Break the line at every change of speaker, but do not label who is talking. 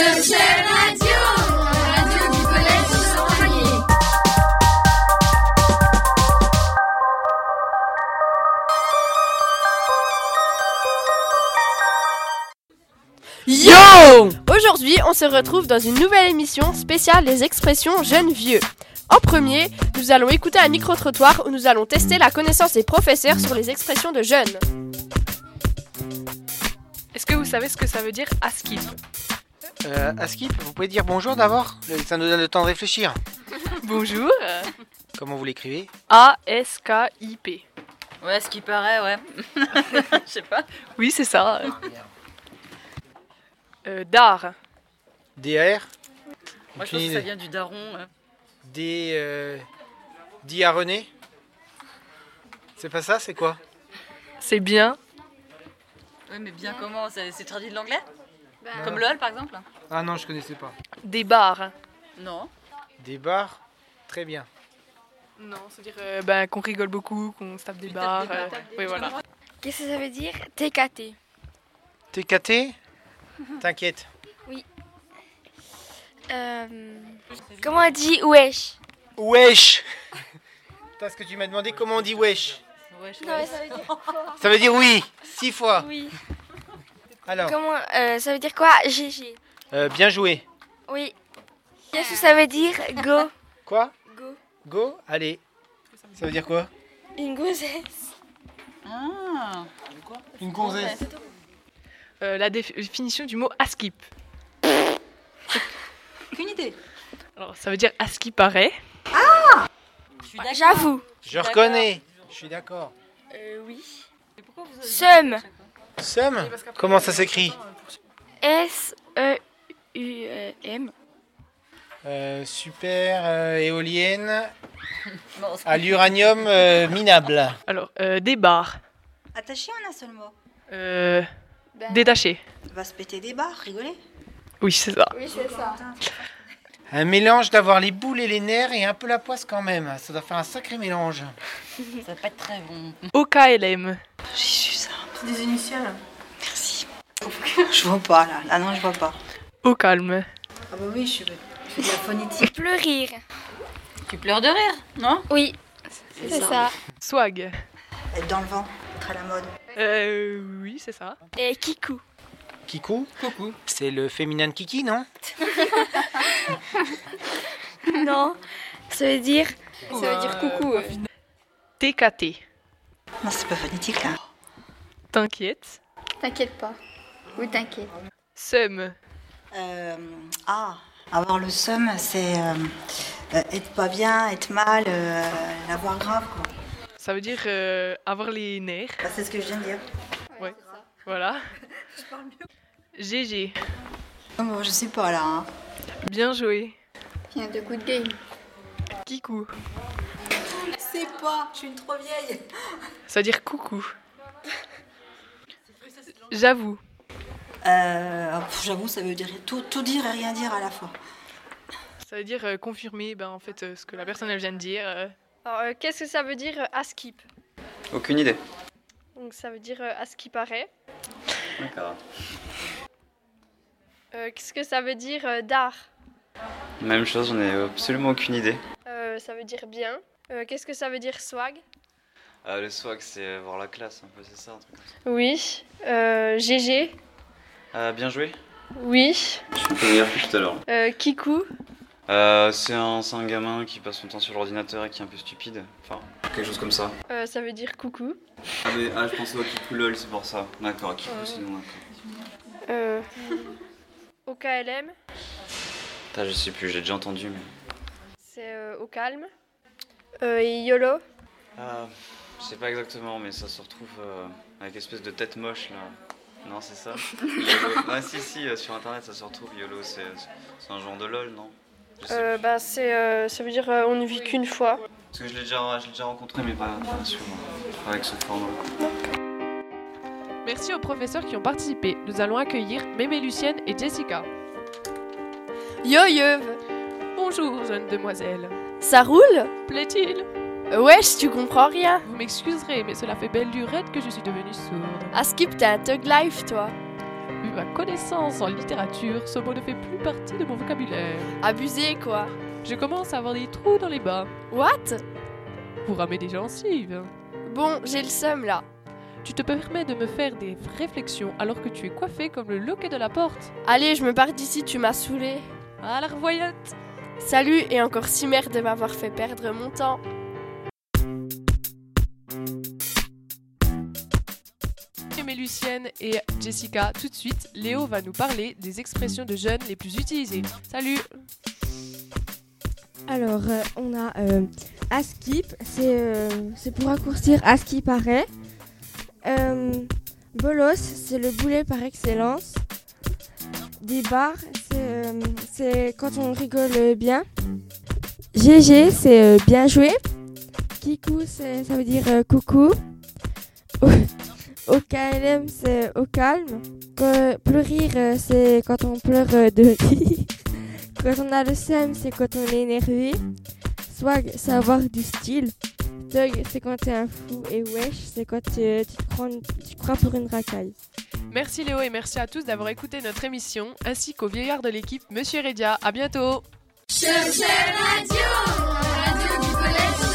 Cherchez Radio, la radio du collège Champagny.
Yo
Aujourd'hui, on se retrouve dans une nouvelle émission spéciale Les expressions jeunes-vieux. En premier, nous allons écouter un micro-trottoir où nous allons tester la connaissance des professeurs sur les expressions de jeunes.
Est-ce que vous savez ce que ça veut dire ASCII
Euh, Askip, vous pouvez dire bonjour d'abord Ça nous donne le temps de réfléchir.
Bonjour
Comment vous l'écrivez
A-S-K-I-P.
Ouais, ce qui paraît, ouais. Je sais pas.
Oui, c'est ça. Euh, d'art.
DR
Moi, je pense que ça vient du daron. euh. ouais.
D. euh, dit à René C'est pas ça, c'est quoi
C'est bien.
Ouais, mais bien comment ça- C'est traduit de l'anglais
Bah,
Non.
Comme LOL, par exemple
Ah non, je connaissais pas.
Des bars.
Non.
Des bars Très bien.
Non, c'est-à-dire euh, bah, qu'on rigole beaucoup, qu'on se tape des
Oui,
bars.
tape des
euh,
barres,
oui, voilà.
Qu'est-ce que ça veut dire TKT
TKT T'inquiète.
euh, Comment on dit wesh
Wesh Putain, ce que tu m'as demandé comment on dit wesh
Ouais, je
Non, mais
ouais.
ça veut dire quoi
Ça veut dire oui Six fois
Oui.
Alors,
Comment, euh, ça veut dire quoi GG.
euh, bien joué.
Oui. Qu'est-ce que ça veut dire go
Quoi
Go.
Go Allez. Ça veut dire quoi
Une gonzesse.
Ah.
Une
gonzesse.
Euh, la défi- définition du mot ASCII.
Aucune idée.
Alors, ça veut dire à ce qui paraît.
Je suis d'accord.
J'avoue.
Je reconnais. Je suis d'accord.
Euh, oui.
Mais pourquoi vous-
Seum.
Sum Comment ça s'écrit
E S-E-U-M.
Euh, super euh, éolienne
Bon, on se-
à l'uranium euh, minable.
Alors, euh, des bars.
Attaché en un seul mot.
Euh, détaché.
Va se péter des barres, rigoler.
Oui, c'est ça.
Oui, c'est ça.
Un mélange d'avoir les boules et les nerfs et un peu la poisse quand même. Ça doit faire un sacré mélange.
Ça va pas être très bon.
OKLM.
J'ai su ça. C'est des initiales. Merci. Je vois pas là. Là non, je vois pas.
Au calme.
Ah bah
Pleurir.
Tu pleures de rire, non
Oui. C'est ça.
Swag.
Être dans le vent, très la mode.
Euh, oui, c'est ça.
Et kikou.
Kikou Coucou. C'est le féminin de Kiki, non
Non. Ça veut dire. Ça veut dire coucou. euh.
TKT.
Non, c'est pas phonétique là.
T'inquiète.
T'inquiète pas. Oui, t'inquiète.
Seum.
Euh, ah, avoir le seum, c'est euh, euh, être pas bien, être mal, euh, l'avoir grave quoi.
Ça veut dire euh, avoir les nerfs.
Bah, c'est ce que je viens de dire.
Voilà. GG.
Non, bon, je sais pas là. hein.
Bien joué.
Viens de Good Game.
Kikou.
Je sais pas, je suis une trop vieille.
Ça veut dire coucou. J'avoue.
Euh, pff, J'avoue, ça veut dire tout, tout dire et rien dire à la fois.
Ça veut dire euh, confirmer ben, en fait, euh, ce que la personne elle vient de dire. euh.
Alors, euh, qu'est-ce que ça veut dire euh, à ce qui
Aucune idée.
Donc, ça veut dire euh, à ce qui paraît.
D'accord.
Euh, qu'est-ce que ça veut dire euh, d'art
Même chose, j'en ai absolument aucune idée.
Euh, Ça veut dire bien. Euh, qu'est-ce que ça veut dire swag
Euh, le swag, c'est voir la classe, un peu, c'est ça, un truc comme ça.
Oui. Euh, GG.
Euh, bien joué.
Oui.
Je suis pas meilleur que tout à l'heure.
Euh, kikou.
Euh, c'est un, c'est un gamin qui passe son temps sur l'ordinateur et qui est un peu stupide. Enfin, quelque chose comme ça.
Euh, ça veut dire coucou.
Ah, mais, ah je pensais au Kikou LOL, c'est pour ça. D'accord, Kikou, sinon, d'accord.
Euh, au KLM,
Putain, je sais plus, j'ai déjà entendu, mais.
c'est euh, au calme. Euh, et YOLO.
Euh, je sais pas exactement, mais ça se retrouve euh, avec espèce de tête moche là. Non, c'est ça YOLO. Ah, si, si, euh, sur internet, ça se retrouve. YOLO, c'est c'est un genre de LOL, non Je sais
Euh, bah, c'est, euh, ça veut dire euh, on ne vit qu'une fois.
Parce que je l'ai déjà, je l'ai déjà rencontré, mais pas, pas sur- euh, pas avec ce format.
Merci aux professeurs qui ont participé. Nous allons accueillir Mémé Lucienne et Jessica.
Yo yeuve,
Bonjour, jeune demoiselle.
ça roule Euh,
Plaît-il
Wesh, tu comprends rien.
Vous
Ah,
m'excuserez, mais cela fait belle lurette que je suis devenue sourde.
À Skip, t'es un thug life, toi.
Oui,
ma connaissance en littérature, ce mot ne fait plus partie de mon vocabulaire.
Abusé, quoi.
Je commence à avoir des trous dans les bas.
What
Vous ramenez des gens cives.
Bon, j'ai le seum là.
Tu te permets de me faire des réflexions alors que tu es coiffé comme le loquet de la porte.
Allez, je me pars d'ici, tu m'as saoulé.
Ah, la revoyante
Salut et encore si merde de m'avoir fait perdre mon temps.
Aimé Lucienne et Jessica, tout de suite, Léo va nous parler des expressions de jeunes les plus utilisées. Salut
Alors, euh, on a euh, à skip, c'est euh, c'est pour raccourcir à ce qui paraît. Euh, bolos, c'est le boulet par excellence. Des bars, c'est euh, c'est quand on rigole euh, bien. GG, c'est euh, bien joué. Kikou, c'est- ça veut dire euh, coucou. OKLM, c'est au calme. Que- pleurir, euh, c'est quand on pleure euh, de rire. Quand on a le seum, c'est quand on est énervé. Swag, c'est avoir du style. Thug, c'est quand t'es un fou. Et wesh, c'est quand tu, tu te prends, tu te crois pour une racaille.
Merci Léo et merci à tous d'avoir écouté notre émission, ainsi qu'au vieillard de l'équipe, Monsieur Redia. À bientôt
Cherchez Radio, radio du collège.